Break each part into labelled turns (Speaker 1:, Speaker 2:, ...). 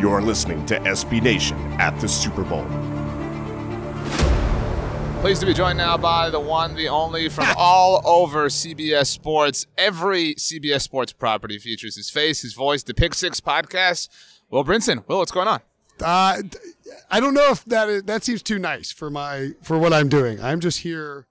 Speaker 1: You're listening to SB Nation at the Super Bowl.
Speaker 2: Pleased to be joined now by the one, the only, from all over CBS Sports. Every CBS Sports property features his face, his voice, the Pick Six podcast. Will Brinson, Will, what's going on?
Speaker 3: Uh, d- I don't know if that is, that seems too nice for my for what I'm doing. I'm just here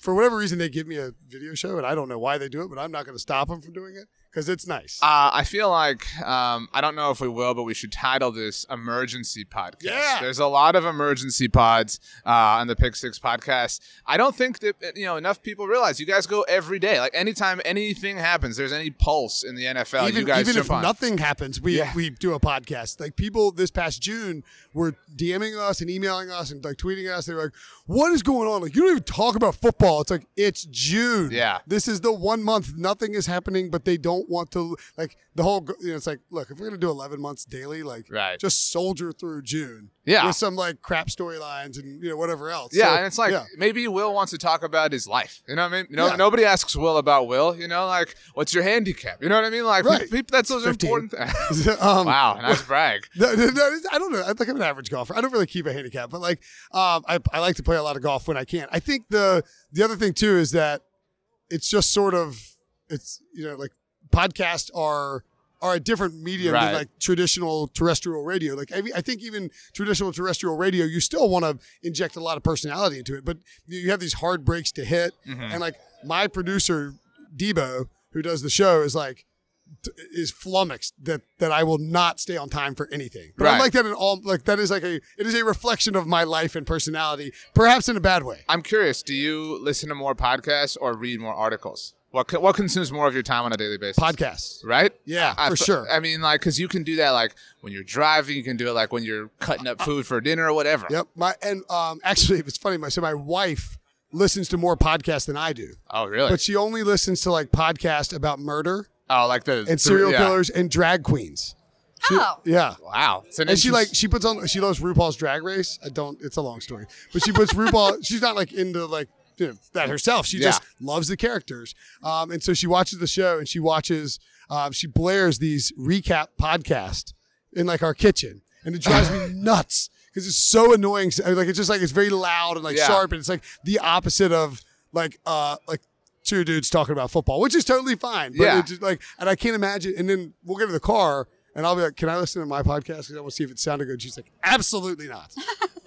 Speaker 3: for whatever reason they give me a video show, and I don't know why they do it, but I'm not going to stop them from doing it because it's nice.
Speaker 2: Uh, I feel like um, I don't know if we will, but we should title this emergency podcast.
Speaker 3: Yeah.
Speaker 2: There's a lot of emergency pods uh, on the Pick Six podcast. I don't think that you know enough people realize you guys go every day. Like anytime anything happens, there's any pulse in the NFL,
Speaker 3: even
Speaker 2: Uh, you guys
Speaker 3: even
Speaker 2: jump
Speaker 3: if
Speaker 2: on.
Speaker 3: nothing happens, we
Speaker 2: Yeah.
Speaker 3: we do a podcast. Like people this past June were DMing us and emailing us and like tweeting us. They were like, "What is going on? Like you don't even talk about football." It's like it's June.
Speaker 2: Yeah.
Speaker 3: this is the one month nothing is happening, but they don't want to like the whole. go- You know, it's like look, if we're gonna do eleven months daily, like
Speaker 2: Right.
Speaker 3: just soldier through June.
Speaker 2: Yeah.
Speaker 3: with some like crap storylines and you know whatever else.
Speaker 2: Yeah,
Speaker 3: So,
Speaker 2: and it's like
Speaker 3: yeah.
Speaker 2: maybe Will wants to talk about his life. You know what I mean? You know,
Speaker 3: Yeah.
Speaker 2: nobody asks Will about Will. You know, like what's your handicap? You know what I mean? Like
Speaker 3: Right.
Speaker 2: pe- pe- that's those
Speaker 3: 15.
Speaker 2: important. things.
Speaker 3: um,
Speaker 2: wow, nice brag.
Speaker 3: No, no, no, I don't know. I think I'm an average golfer. I don't really keep a handicap, but like, um, I, I like to play a lot of golf when I can. I think the the other thing too is that it's just sort of it's you know like podcasts are are a different medium
Speaker 2: Right.
Speaker 3: than like traditional terrestrial radio. Like I, I think even traditional terrestrial radio, you still want to inject a lot of personality into it, but you you have these hard breaks to hit.
Speaker 2: Mhm.
Speaker 3: And like my producer Debo, who does the show, is like t- is flummoxed that that I will not stay on time for anything. But
Speaker 2: Right.
Speaker 3: I like that in all like that is like a it is a reflection of my life and personality, perhaps in a bad way.
Speaker 2: I'm curious. Do you listen to more podcasts or read more articles? What co- what consumes more of your time on a daily basis?
Speaker 3: Podcasts.
Speaker 2: right?
Speaker 3: Yeah,
Speaker 2: I-
Speaker 3: for sure.
Speaker 2: I mean, like, because you can do that, like when you're driving, you can do it, like when you're cutting up food for dinner or whatever.
Speaker 3: Uh, Yep. My and um actually it's funny, my so my wife listens to more podcasts than I do.
Speaker 2: Oh, really?
Speaker 3: But she only listens to like podcasts about murder
Speaker 2: oh, like the
Speaker 3: and serial
Speaker 2: yeah.
Speaker 3: killers and drag queens. She-
Speaker 4: Oh.
Speaker 3: Yeah.
Speaker 2: Wow. It's an
Speaker 3: And she like
Speaker 2: interest-
Speaker 3: she puts on she loves RuPaul's Drag Race. I don't. It's a long story, but she puts RuPaul. She's not like into like you know, that herself. She
Speaker 2: Yeah.
Speaker 3: just loves the characters, um, and so she watches the show and she watches. Um, she blares these recap podcast in like our kitchen, and it drives me nuts because it's so annoying. I mean, Like it's just like it's very loud and like
Speaker 2: Yeah.
Speaker 3: sharp, and it's like the opposite of like uh like. Two dudes talking about football, which is totally fine. But
Speaker 2: Yeah.
Speaker 3: it just like, and I can't imagine. And then we'll get in the car, and I'll be like, "Can I listen to my podcast? Because I want to see if it sounded good." She's like, "Absolutely not."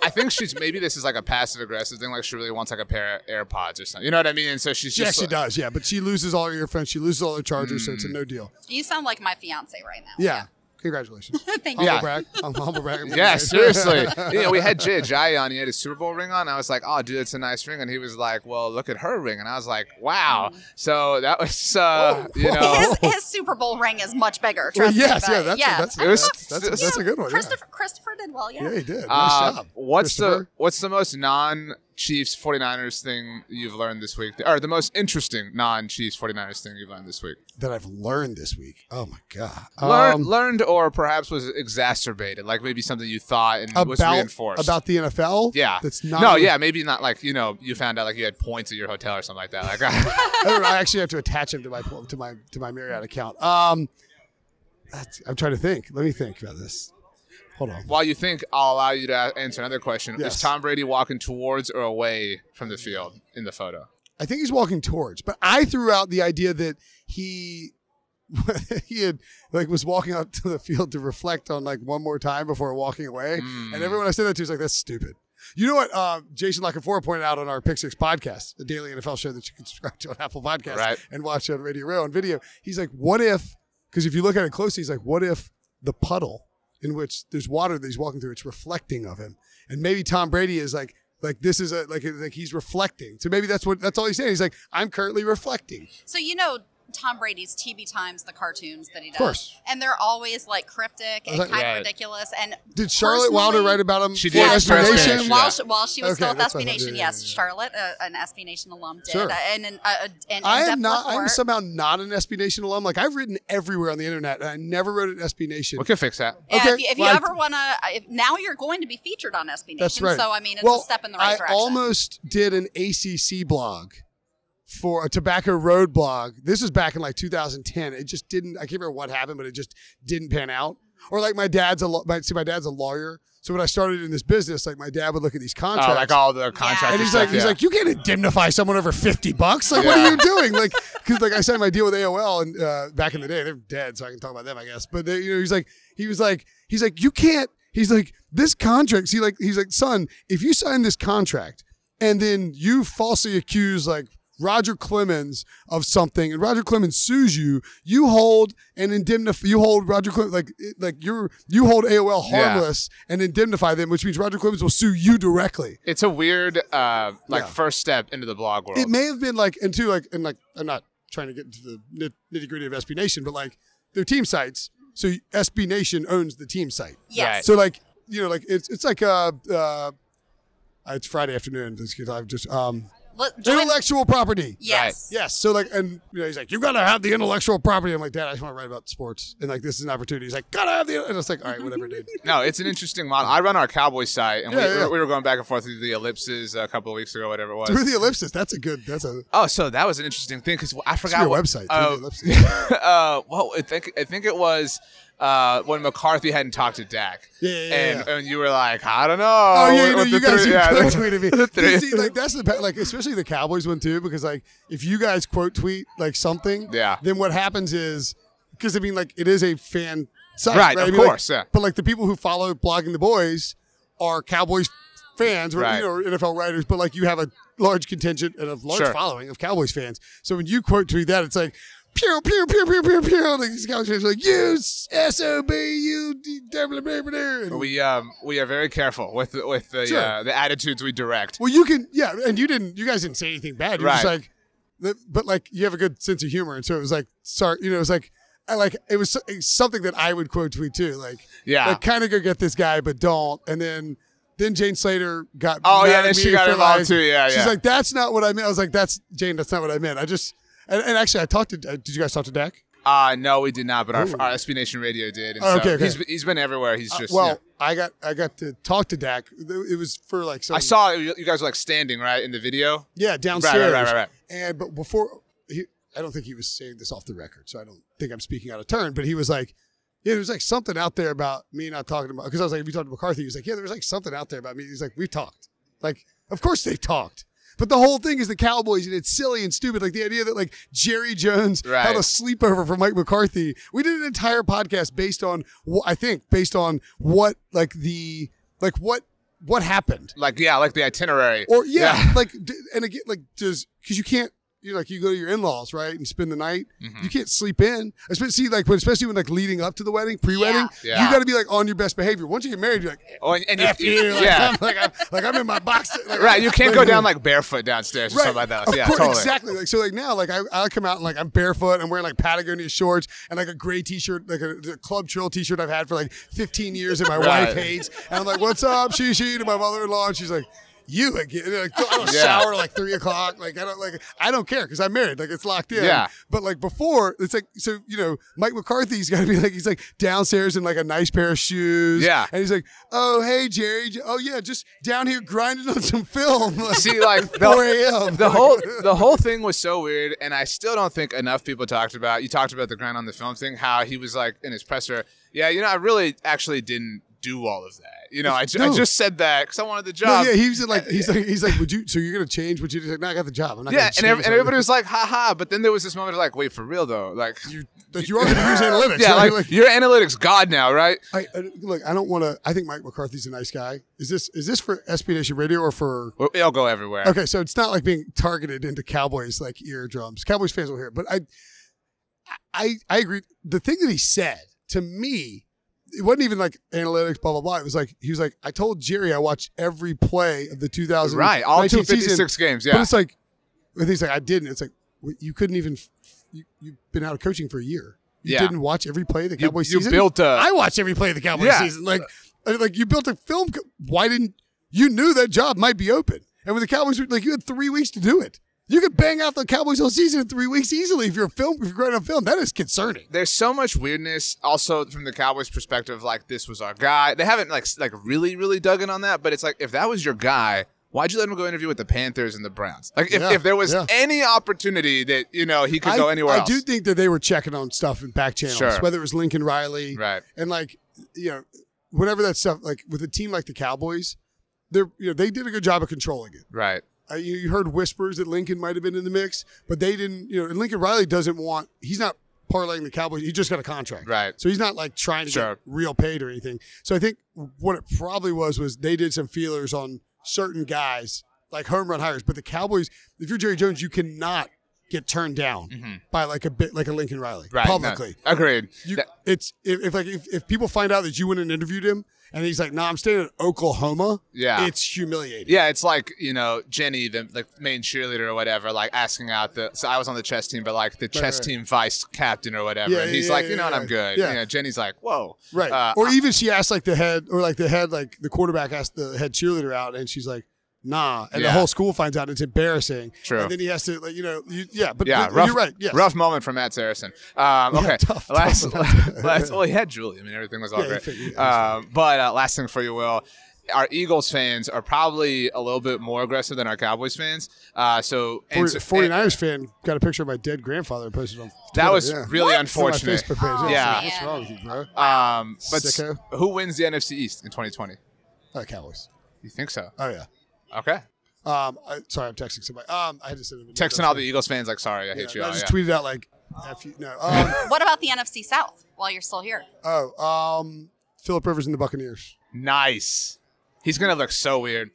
Speaker 2: I think she's maybe this is like a passive aggressive thing. Like she really wants like a pair of AirPods or something. You know what I mean? And so she's
Speaker 3: She
Speaker 2: just
Speaker 3: actually
Speaker 2: like, Mm.
Speaker 3: does, yeah. But she loses all her earphones. She loses all her chargers, so it's a no deal.
Speaker 4: You sound like my fiance right now.
Speaker 3: Yeah. Oh. Congratulations.
Speaker 4: Thank
Speaker 3: Humble
Speaker 2: Yeah.
Speaker 3: brag. I'm humble brag.
Speaker 2: Yeah, seriously. you know, we had Jay Ajayi on. He had his Super Bowl ring on. I was like, "Oh, dude, it's a nice ring." And he was like, "Well, look at her ring." And I was like, "Wow." So that was, uh, you
Speaker 4: you.
Speaker 2: know,
Speaker 4: His, his Super Bowl ring is much bigger.
Speaker 3: Well,
Speaker 4: Trust me
Speaker 3: yes,
Speaker 4: about
Speaker 3: yeah.
Speaker 4: it.
Speaker 3: That's
Speaker 4: yeah.
Speaker 3: that's
Speaker 2: It was-
Speaker 3: that's, that's, that's a good one. Yeah.
Speaker 4: Christopher, Christopher did well. Yeah.
Speaker 3: yeah, he did. Nice
Speaker 2: uh,
Speaker 3: job.
Speaker 2: what's the
Speaker 3: Christopher.
Speaker 2: what's the most non Chiefs 49ers thing you've learned this week, or the most interesting non Chiefs 49ers thing you've learned this week?
Speaker 3: that I've learned this week? Oh my god.
Speaker 2: Learn,
Speaker 3: Um,
Speaker 2: learned, or perhaps was exacerbated, like maybe something you thought and was
Speaker 3: Um, about
Speaker 2: reinforced
Speaker 3: about the NFL.
Speaker 2: Yeah.
Speaker 3: That's not.
Speaker 2: no, yeah, maybe not like, you know, you found out like you had points at your hotel or something like that. Like
Speaker 3: I don't know. I actually have to attach him to my to my to my Marriott account. Um, that's- I'm trying to think. Let me think about this. Hold on.
Speaker 2: while you think I'll allow you to a- answer another question. Is
Speaker 3: Yes.
Speaker 2: Tom Brady walking towards or away from the field in the photo?
Speaker 3: I think he's walking towards, but I threw out the idea that he he had like was walking out to the field to reflect on like one more time before walking away.
Speaker 2: Mm.
Speaker 3: And everyone I said that to was like, "That's stupid." You know what? Uh, Jason Lockenfora pointed out on our Pick Six podcast, the daily NFL show that you can subscribe to on Apple Podcasts
Speaker 2: Right.
Speaker 3: and watch on Radio Row on video. He's like, "What if?" Because if you look at it closely, he's like, "What if the puddle in which there's water that he's walking through, it's reflecting of him?" And maybe Tom Brady is like, "Like this is a like like he's reflecting." So maybe that's what that's all he's saying. He's like, "I'm currently reflecting."
Speaker 4: So you know Tom Brady's TV Times, the cartoons that he does.
Speaker 3: course.
Speaker 4: And they're always like cryptic and
Speaker 3: was like-
Speaker 4: kind
Speaker 2: Yeah.
Speaker 4: of ridiculous. And
Speaker 3: Did Charlotte Wilder
Speaker 4: Personally-
Speaker 3: write about him?
Speaker 2: She
Speaker 3: for
Speaker 2: did.
Speaker 3: SB
Speaker 2: Yes,
Speaker 4: Charlotte,
Speaker 3: Nation?
Speaker 2: Nation.
Speaker 4: While, she, while she was
Speaker 3: Okay,
Speaker 4: still at
Speaker 3: that's what I
Speaker 4: SB
Speaker 3: thought.
Speaker 4: Nation,
Speaker 3: Yeah,
Speaker 4: yes,
Speaker 3: yeah, yeah.
Speaker 4: Charlotte, uh, an SB Nation alum, did,
Speaker 3: Sure.
Speaker 4: uh, and an, uh, an
Speaker 3: I
Speaker 4: in-depth
Speaker 3: am not. I am
Speaker 4: report.
Speaker 3: somehow not an SB Nation alum. Like I've written everywhere on the internet, and I never wrote an SB Nation.
Speaker 2: We can fix that.
Speaker 4: Yeah,
Speaker 3: Okay,
Speaker 4: if you, if you
Speaker 3: well, I-
Speaker 4: ever want to, now you're going to be featured on SB Nation.
Speaker 3: That's right.
Speaker 4: So I mean, it's
Speaker 3: well,
Speaker 4: a step in the right
Speaker 3: I
Speaker 4: direction.
Speaker 3: almost did an ACC blog for a Tobacco Road blog. This was back in like 2010. It just didn't. I can't remember what happened, but it just didn't pan out. Or like my dad's a law- my, see my dad's a lawyer. So when I started in this business, like my dad would look at these
Speaker 2: Oh,
Speaker 3: contracts.
Speaker 2: like all the contracts.
Speaker 4: Yeah.
Speaker 3: And he's
Speaker 2: stuff,
Speaker 3: like, he's
Speaker 2: yeah.
Speaker 3: like, you can't indemnify someone over fifty bucks. Like, what
Speaker 2: Yeah.
Speaker 3: are you doing? Like, because like I signed my deal with AOL, and uh, back in the day, they're dead, so I can talk about them, I guess. But they, you know, he's like, he was like, he's like, you can't. He's like, this contract. See, like, he's like, son, if you sign this contract and then you falsely accuse like Roger Clemens of something, and Roger Clemens sues you, you hold and indemnify. You hold Roger Clemens like it- like you're you hold AOL
Speaker 2: Yeah.
Speaker 3: harmless and indemnify them, which means Roger Clemens will sue you directly.
Speaker 2: it's a weird, uh, like
Speaker 3: Yeah.
Speaker 2: first step into the blog world.
Speaker 3: It may have been like, and two, like, and like, I'm not trying to get into the nitty gritty of SB Nation, but like, they're team sites. So SB Nation owns the team site.
Speaker 2: Right.
Speaker 4: Yes.
Speaker 3: So like, you know, like it's it's like uh, uh it's Friday afternoon. This kid, I've just um,
Speaker 4: Let- join-
Speaker 3: intellectual property.
Speaker 4: yes.
Speaker 3: Yes. So like, and you know, he's like, you gotta have the intellectual property. I'm like, Dad, I just want to write about sports, and like, this is an opportunity. He's like, gotta have the, and it's like, all right, whatever, dude.
Speaker 2: no, it's an interesting model. I run our cowboy site, and we,
Speaker 3: Yeah, yeah.
Speaker 2: we were going back and forth through the ellipses a couple of weeks ago, whatever it was.
Speaker 3: Through the ellipsis. That's a good. That's a.
Speaker 2: Oh, so that was an interesting thing because I
Speaker 3: It's
Speaker 2: forgot
Speaker 3: your
Speaker 2: what-
Speaker 3: website. Through
Speaker 2: Oh.
Speaker 3: the ellipsis.
Speaker 2: uh, well, I think I think it was uh, when McCarthy hadn't talked to Dak.
Speaker 3: Yeah, yeah, yeah,
Speaker 2: and,
Speaker 3: yeah.
Speaker 2: and you were like, I don't know.
Speaker 3: Oh yeah,
Speaker 2: with-
Speaker 3: you, know,
Speaker 2: with
Speaker 3: you
Speaker 2: the
Speaker 3: guys
Speaker 2: three-
Speaker 3: who
Speaker 2: yeah,
Speaker 3: quote tweeted me.
Speaker 2: the three-
Speaker 3: You see, like that's the pa- like especially the Cowboys one too, because like if you guys quote tweet like something,
Speaker 2: Yeah.
Speaker 3: then what happens is because I mean like it is a fan site,
Speaker 2: Right,
Speaker 3: right? I
Speaker 2: of
Speaker 3: mean, like,
Speaker 2: course, yeah.
Speaker 3: But like the people who follow blogging the boys are Cowboys fans, or
Speaker 2: Right.
Speaker 3: you know, or NFL writers. But like you have a large contingent and a large
Speaker 2: Sure.
Speaker 3: following of Cowboys fans. So when you quote tweet that, it's like. Pew, pew, pew, pew, pew, pew. Like these Cowboys fans are like, you SOB, you D- blah, blah, blah, blah, blah." And
Speaker 2: We um we are very careful with with the
Speaker 3: Sure.
Speaker 2: uh, the attitudes we direct.
Speaker 3: Well, you can, yeah, and you didn't, you guys didn't say anything bad. You're just
Speaker 2: Right.
Speaker 3: like, the- but like you have a good sense of humor, and so it was like, sorry, you know, it was like, I like it was so- it's something that I would quote tweet too, like,
Speaker 2: Yeah.
Speaker 3: like kind of go get this guy, but don't, and then. Then Jane Slater got.
Speaker 2: Oh,
Speaker 3: mad
Speaker 2: yeah,
Speaker 3: at
Speaker 2: then
Speaker 3: me
Speaker 2: she got
Speaker 3: for,
Speaker 2: involved
Speaker 3: like-
Speaker 2: too, yeah,
Speaker 3: she's
Speaker 2: yeah.
Speaker 3: like, "That's not what I meant." I was like, "That's Jane. That's not what I meant." I just and, and actually, I talked to. Uh, did you guys talk to Dak?
Speaker 2: Uh no, we did not, but our,
Speaker 3: Ooh.
Speaker 2: our SB Nation radio did. And
Speaker 3: Oh,
Speaker 2: so
Speaker 3: okay, okay.
Speaker 2: He's, he's been everywhere. He's just
Speaker 3: Uh, well,
Speaker 2: yeah.
Speaker 3: I got I got to talk to Dak. It was for like some.
Speaker 2: I saw you you guys were like standing right in the video.
Speaker 3: Yeah, downstairs.
Speaker 2: right, right, right.
Speaker 3: And but before he, I don't think he was saying this off the record, so I don't think I'm speaking out of turn. But he was like, yeah, there was like something out there about me not talking about because I was like, if you talked to McCarthy, he was like, yeah, there was like something out there about me. He's like, we talked. Like, of course they talked. But the whole thing is the Cowboys, and it's silly and stupid. Like the idea that like Jerry Jones
Speaker 2: Right.
Speaker 3: held a sleepover for Mike McCarthy. We did an entire podcast based on, wh- I think, based on what like the like what what happened.
Speaker 2: Like yeah, like the itinerary.
Speaker 3: Or yeah,
Speaker 2: Yeah.
Speaker 3: like d- and again, like does because you can't. You like you go to your in laws right and spend the night.
Speaker 2: Mhm.
Speaker 3: You can't sleep in, especially see, like when, especially when like leading up to the wedding, pre wedding.
Speaker 2: Yeah. Yeah.
Speaker 3: You got to be like on your best behavior. Once you get married, you're like,
Speaker 2: Oh, and, and you-
Speaker 3: F you. Like,
Speaker 2: yeah.
Speaker 3: I'm, like, I'm, like I'm in my box. Like,
Speaker 2: Right, you can't go down like barefoot downstairs or
Speaker 3: Right.
Speaker 2: something like that.
Speaker 3: Of
Speaker 2: yeah,
Speaker 3: course,
Speaker 2: totally.
Speaker 3: exactly. Like so, like now, like I, I come out and like I'm barefoot. I'm wearing like Patagonia shorts and like a gray T-shirt, like a, the club trill T-shirt I've had for like 15 years, and my
Speaker 2: Right.
Speaker 3: wife hates. And I'm like, "What's up, she she?" To my mother-in-law, and she's like. You again? And, Like, I don't
Speaker 2: Yeah.
Speaker 3: shower like three o'clock. Like I don't like I don't care because I'm married. Like it's locked in.
Speaker 2: Yeah.
Speaker 3: But like before, it's like so you know Mike McCarthy's got to be like he's like downstairs in like a nice pair of shoes.
Speaker 2: Yeah.
Speaker 3: And he's like, oh hey Jerry, J- oh yeah, just down here grinding on some film. Like,
Speaker 2: See, like, the-
Speaker 3: 4 a.m.
Speaker 2: the whole the whole thing was so weird, and I still don't think enough people talked about. You talked about the grind on the film thing, how he was like in his presser. Yeah, you know, I really actually didn't do all of that. You know, I, ju- I
Speaker 3: No.
Speaker 2: just said that because I wanted the
Speaker 3: No,
Speaker 2: job.
Speaker 3: yeah, he was like, he's like, he's like, would you? So you're gonna change what you did? He's Like, no, I got the job. I'm not.
Speaker 2: Yeah,
Speaker 3: gonna
Speaker 2: and,
Speaker 3: change
Speaker 2: ev- and
Speaker 3: it."
Speaker 2: everybody was like, "Ha ha!" But then there was this moment of like, "Wait, for real though?" Like,
Speaker 3: you, like you are gonna use analytics.
Speaker 2: yeah,
Speaker 3: right?
Speaker 2: like, your analytics god now, right?
Speaker 3: Like, I, I, look, I don't want to. I think Mike McCarthy's a nice guy. Is this is this for SB Nation Radio or for?
Speaker 2: Well, It'll go everywhere.
Speaker 3: Okay, so it's not like being targeted into Cowboys like eardrums. Cowboys fans will hear, it, but I, I, I agree. The thing that he said to me, it wasn't even like analytics, blah blah blah. It was like he was like, I told Jerry I watched every play of the 2000
Speaker 2: Right, all
Speaker 3: 19
Speaker 2: two
Speaker 3: season.
Speaker 2: fifty six games.
Speaker 3: But
Speaker 2: Yeah,
Speaker 3: it's like, but he's like, I didn't. It's like well, you couldn't even. You, you've been out of coaching for a year. You
Speaker 2: Yeah.
Speaker 3: didn't watch every play of the
Speaker 2: you,
Speaker 3: Cowboys
Speaker 2: you
Speaker 3: season.
Speaker 2: built a.
Speaker 3: I watch every play of the Cowboys
Speaker 2: Yeah.
Speaker 3: season. Like, I- like you built a film. Co- Why didn't you knew that job might be open? And with the Cowboys, like you had three weeks to do it. You could bang out the Cowboys whole season in three weeks easily if you're a film. If you're great on film, that is concerning.
Speaker 2: there's so much weirdness also from the Cowboys perspective like this was our guy. They haven't like s- like really really dug in on that, but it's like if that was your guy, Why'd you let him go interview with the Panthers and the Browns? Like, if,
Speaker 3: Yeah,
Speaker 2: if there was
Speaker 3: yeah.
Speaker 2: any opportunity that you know he could
Speaker 3: I,
Speaker 2: go anywhere
Speaker 3: I
Speaker 2: else,
Speaker 3: do think that they were checking on stuff in back channels,
Speaker 2: Sure.
Speaker 3: whether it was Lincoln Riley,
Speaker 2: right?
Speaker 3: and like you know whenever that stuff like with a team like the cowboys they're you know they did a good job of controlling it
Speaker 2: Right.
Speaker 3: uh, you, you heard whispers that lincoln might have been in the mix but they didn't you know and lincoln riley doesn't want he's not parlaying the cowboys he just got a contract
Speaker 2: Right.
Speaker 3: so he's not like trying to
Speaker 2: Sure.
Speaker 3: get real paid or anything so i think what it probably was was they did some feelers on certain guys like home run hires but the cowboys if you're jerry jones you cannot get turned down by like a bit like a lincoln riley
Speaker 2: Mm-hmm. Right. no,
Speaker 3: publicly
Speaker 2: agreed.
Speaker 3: you,
Speaker 2: That-
Speaker 3: it's if, if like if, if people find out that you went and interviewed him and he's like, "No, nah, I'm staying in Oklahoma."
Speaker 2: Yeah.
Speaker 3: it's humiliating.
Speaker 2: yeah, it's like you know Jenny, the the main cheerleader or whatever, like asking out the. So I was on the chess team, but like the chess
Speaker 3: right.
Speaker 2: team vice captain or whatever,
Speaker 3: Yeah,
Speaker 2: and he's
Speaker 3: yeah,
Speaker 2: like,
Speaker 3: yeah,
Speaker 2: you know
Speaker 3: yeah,
Speaker 2: what, I'm
Speaker 3: yeah.
Speaker 2: good.
Speaker 3: Yeah.
Speaker 2: You know, Jenny's like, whoa,
Speaker 3: right.
Speaker 2: uh,
Speaker 3: or even she asked like the head or like the head like the quarterback asked the head cheerleader out, and she's like, "Nah," and
Speaker 2: Yeah.
Speaker 3: the whole school finds out. It's embarrassing.
Speaker 2: True.
Speaker 3: And then he has to like you know you, yeah, but
Speaker 2: yeah,
Speaker 3: but
Speaker 2: rough,
Speaker 3: you're right. Yes.
Speaker 2: rough moment for Matt Saracen. Um, okay,
Speaker 3: tough,
Speaker 2: last,
Speaker 3: tough moment.
Speaker 2: last, well, he had Julie. I mean, everything was all
Speaker 3: Yeah, he
Speaker 2: great.
Speaker 3: figured- yeah,
Speaker 2: um, but uh, last thing for you, Will. Our Eagles fans are probably a little bit more aggressive than our Cowboys fans. Uh, so, and so-
Speaker 3: 49 ers fan got a picture of my dead grandfather and posted it on.
Speaker 2: That
Speaker 3: Twitter,
Speaker 2: was
Speaker 3: yeah.
Speaker 2: really
Speaker 3: It's on my
Speaker 2: unfortunate.
Speaker 3: Facebook page.
Speaker 2: Yeah.
Speaker 3: it's like, What's wrong with you, bro?
Speaker 2: Um, but s-
Speaker 3: Sicko.
Speaker 2: who wins the NFC East in 2020?
Speaker 3: Oh, Cowboys.
Speaker 2: You think so?
Speaker 3: Oh yeah.
Speaker 2: Okay.
Speaker 3: Um, I, sorry, I'm texting somebody. Um, I had to send him a
Speaker 2: Texting all the Eagles fans like, sorry, I hate you.
Speaker 3: I
Speaker 2: all,
Speaker 3: just
Speaker 2: yeah.
Speaker 3: tweeted out like, F you. No. Um,
Speaker 4: What about the NFC South while you're still here?
Speaker 3: Oh, um, Philip Rivers and the Buccaneers.
Speaker 2: Nice. He's gonna look so weird.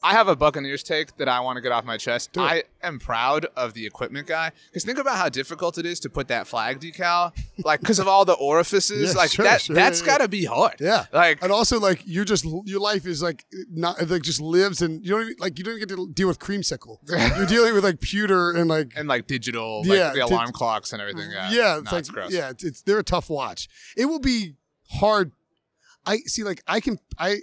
Speaker 2: I have a Buccaneers take that I want to get off my chest.
Speaker 3: it.
Speaker 2: I am proud of the equipment guy because think about how difficult it is to put that flag decal, like because of all the orifices.
Speaker 3: Yeah,
Speaker 2: like
Speaker 3: sure,
Speaker 2: that,
Speaker 3: sure,
Speaker 2: that's
Speaker 3: yeah, yeah.
Speaker 2: got to be hard.
Speaker 3: Yeah,
Speaker 2: Like
Speaker 3: and also like you're just your life is like not like just lives and you don't even, like you don't even get to deal with creamsicle. you're dealing with like pewter and like
Speaker 2: and like digital, like
Speaker 3: Yeah,
Speaker 2: the
Speaker 3: did-
Speaker 2: alarm clocks and everything. Yeah,
Speaker 3: yeah, it's
Speaker 2: Nah,
Speaker 3: like
Speaker 2: it's gross.
Speaker 3: yeah, it's, it's they're a tough watch. It will be hard. I see. Like I can I.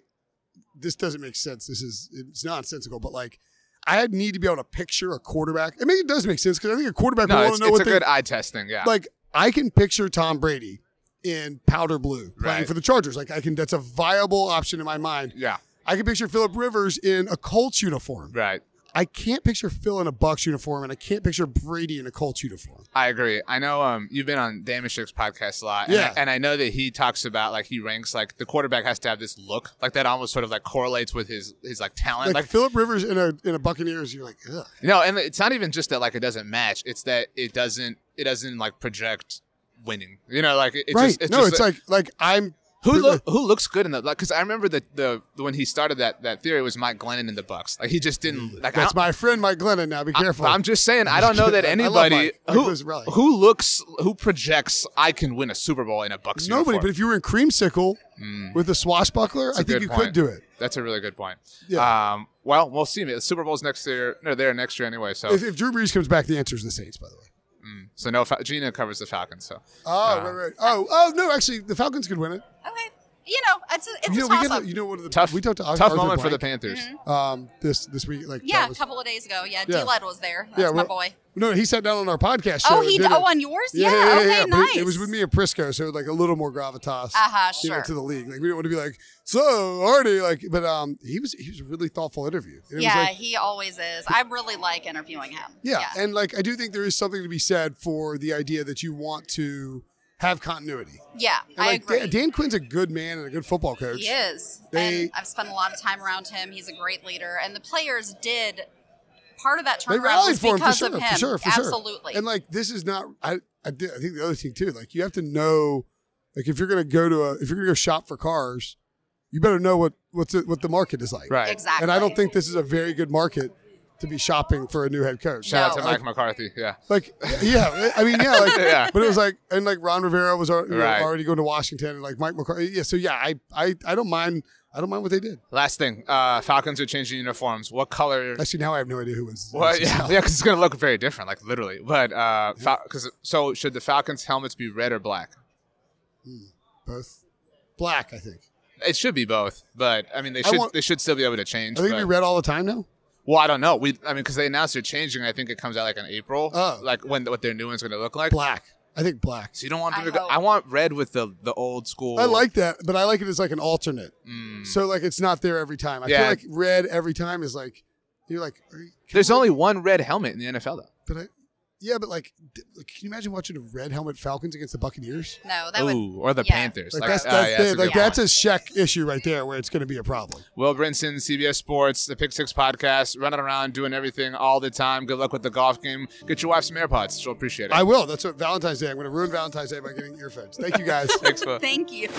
Speaker 3: This doesn't make sense. This is it's nonsensical, but like. I need to be able to picture a quarterback. I mean, it does make sense because I think a quarterback
Speaker 2: No,
Speaker 3: will want
Speaker 2: it's,
Speaker 3: to know
Speaker 2: it's
Speaker 3: what
Speaker 2: a
Speaker 3: they
Speaker 2: good eye test thing. Yeah,
Speaker 3: like I can picture Tom Brady in powder blue playing
Speaker 2: Right.
Speaker 3: for the Chargers. Like I can that's a viable option in my mind.
Speaker 2: yeah,
Speaker 3: I can picture Philip Rivers in a Colts uniform.
Speaker 2: right.
Speaker 3: I can't picture Phil in a Bucks uniform and I can't picture Brady in a Colts uniform.
Speaker 2: I agree. I know um, you've been on Damashek's podcast a lot, and,
Speaker 3: Yeah.
Speaker 2: I, and I know that he talks about like he ranks like the quarterback has to have this look, like that almost sort of like correlates with his his like talent,
Speaker 3: Like,
Speaker 2: like,
Speaker 3: Philip Rivers in a in a Buccaneers, you're like, ugh.
Speaker 2: no, and it's not even just that like it doesn't match; it's that it doesn't it doesn't like project winning, you know, like it, it
Speaker 3: right.
Speaker 2: just it's
Speaker 3: no,
Speaker 2: just
Speaker 3: it's like like I'm
Speaker 2: who loo- who looks good in the like because I remember that the when he started that that theory was Mike Glennon in the Bucks, like he just didn't like I
Speaker 3: Mm, that's
Speaker 2: don't-
Speaker 3: my friend Mike Glennon now. Be careful.
Speaker 2: I, am just saying, I don't know that
Speaker 3: I love
Speaker 2: anybody
Speaker 3: Mike. Mike
Speaker 2: who,
Speaker 3: was really-
Speaker 2: who looks, who projects, I can win a Super Bowl in a Bucks
Speaker 3: Nobody,
Speaker 2: uniform." Mm.
Speaker 3: but if you were in creamsicle with the swashbuckler, I
Speaker 2: a good
Speaker 3: think you
Speaker 2: point.
Speaker 3: could do it.
Speaker 2: That's a really good point.
Speaker 3: Yeah.
Speaker 2: Um, well, we'll see. The Super Bowl's next year. No, they're next year anyway. So,
Speaker 3: If, if Drew Brees comes back, the answer is the Saints, by the way.
Speaker 2: so no. Fa- Gina covers the Falcons. So,
Speaker 3: Oh, right, right. Oh, oh no, actually the Falcons could win it.
Speaker 4: Okay, you know it's a, it's
Speaker 3: you know,
Speaker 4: a
Speaker 3: we
Speaker 4: toss
Speaker 3: get
Speaker 4: up.
Speaker 3: the- you know, one of the
Speaker 2: tough.
Speaker 3: we talked to Ar-
Speaker 2: tough
Speaker 3: Arthur
Speaker 2: moment for the
Speaker 3: Blank,
Speaker 2: Panthers.
Speaker 3: um, this this week. Like
Speaker 4: yeah,
Speaker 3: that was-
Speaker 4: a couple of days ago. Yeah,
Speaker 3: Yeah.
Speaker 4: D Led was there. That's
Speaker 3: yeah,
Speaker 4: my
Speaker 3: well-
Speaker 4: boy.
Speaker 3: No, he sat down on our podcast. Show
Speaker 4: Oh,
Speaker 3: and
Speaker 4: he
Speaker 3: did
Speaker 4: oh
Speaker 3: it.
Speaker 4: on yours. Yeah, okay,
Speaker 3: but
Speaker 4: nice.
Speaker 3: It, it was with me and Prisco, so like a little more gravitas.
Speaker 4: Uh-huh,
Speaker 3: you know,
Speaker 4: sure.
Speaker 3: to the league, like we didn't want to be like so already like, but um, he was he was a really thoughtful interview. And it was,
Speaker 4: Yeah,
Speaker 3: like-
Speaker 4: he always is. I really like interviewing him.
Speaker 3: yeah, and like I do think there is something to be said for the idea that you want to have continuity.
Speaker 4: yeah,
Speaker 3: And,
Speaker 4: I
Speaker 3: like,
Speaker 4: agree.
Speaker 3: Dan, Dan Quinn's a good man and a good football coach.
Speaker 4: He is.
Speaker 3: They-
Speaker 4: and I've spent a lot of time around him. He's a great leader, and the players did part of that
Speaker 3: They
Speaker 4: turnaround
Speaker 3: rallied
Speaker 4: was
Speaker 3: for him for
Speaker 4: because
Speaker 3: sure,
Speaker 4: of him.
Speaker 3: for sure, for sure.
Speaker 4: Absolutely.
Speaker 3: And like this is not. I I, thi- I think the other thing too. Like you have to know, like if you're gonna go to a if you're gonna go shop for cars, you better know what what's it, what the market is like.
Speaker 2: Right.
Speaker 4: exactly.
Speaker 3: And I don't think this is a very good market to be shopping for a new head coach.
Speaker 2: Shout out to
Speaker 4: No.
Speaker 2: Mike McCarthy. Yeah.
Speaker 3: Like yeah, I mean yeah, like
Speaker 2: Yeah.
Speaker 3: but it was like and like Ron Rivera was already, you know,
Speaker 2: Right.
Speaker 3: already going to Washington and like Mike McCarthy. Yeah, so yeah, I I I don't mind I don't mind what they did.
Speaker 2: Last thing. Uh, Falcons are changing uniforms. What color?
Speaker 3: Actually, now I have no idea who was. E
Speaker 2: Well, yeah, yeah, because it's gonna look very different, like literally. But uh, because so should the Falcons helmets be red or black?
Speaker 3: both black. I think.
Speaker 2: It should be both, but I mean they
Speaker 3: I
Speaker 2: should
Speaker 3: want-
Speaker 2: they should still be able to change.
Speaker 3: Are they
Speaker 2: but-
Speaker 3: gonna be red all the time now?
Speaker 2: Well, I don't know. We, I mean, because they announced they're changing. I think it comes out like in April.
Speaker 3: Oh.
Speaker 2: like when what their new one's going to look like.
Speaker 3: Black. I think black.
Speaker 2: So you don't want
Speaker 4: I
Speaker 2: them to go.
Speaker 4: hope.
Speaker 2: I want red with the the old school. Mm.
Speaker 3: I like that, but I like it as like an alternate. So like it's not there every time. I
Speaker 2: Yeah.
Speaker 3: feel like red every time is like You're like, are you, can
Speaker 2: There's
Speaker 3: I-
Speaker 2: only one red helmet in the NFL, though.
Speaker 3: But I, yeah, but like, d- like, can you imagine watching a red helmet Falcons against the Buccaneers?
Speaker 4: No, that would.
Speaker 2: Ooh, or the
Speaker 4: yeah.
Speaker 2: Panthers.
Speaker 3: Like that's
Speaker 2: uh,
Speaker 3: that's,
Speaker 2: yeah,
Speaker 3: the-
Speaker 2: that's a
Speaker 3: like
Speaker 2: good
Speaker 3: that's
Speaker 2: point.
Speaker 3: a Sheck issue right there where it's going to be a problem.
Speaker 2: Will Brinson, CBS Sports, the Pick Six podcast, running around doing everything all the time. Good luck with the golf game. Get your wife some AirPods; she'll appreciate it.
Speaker 3: I will. That's what Valentine's Day. I'm going to ruin Valentine's Day by getting earphones. Thank you guys.
Speaker 2: Thanks, Will.
Speaker 4: Thank you.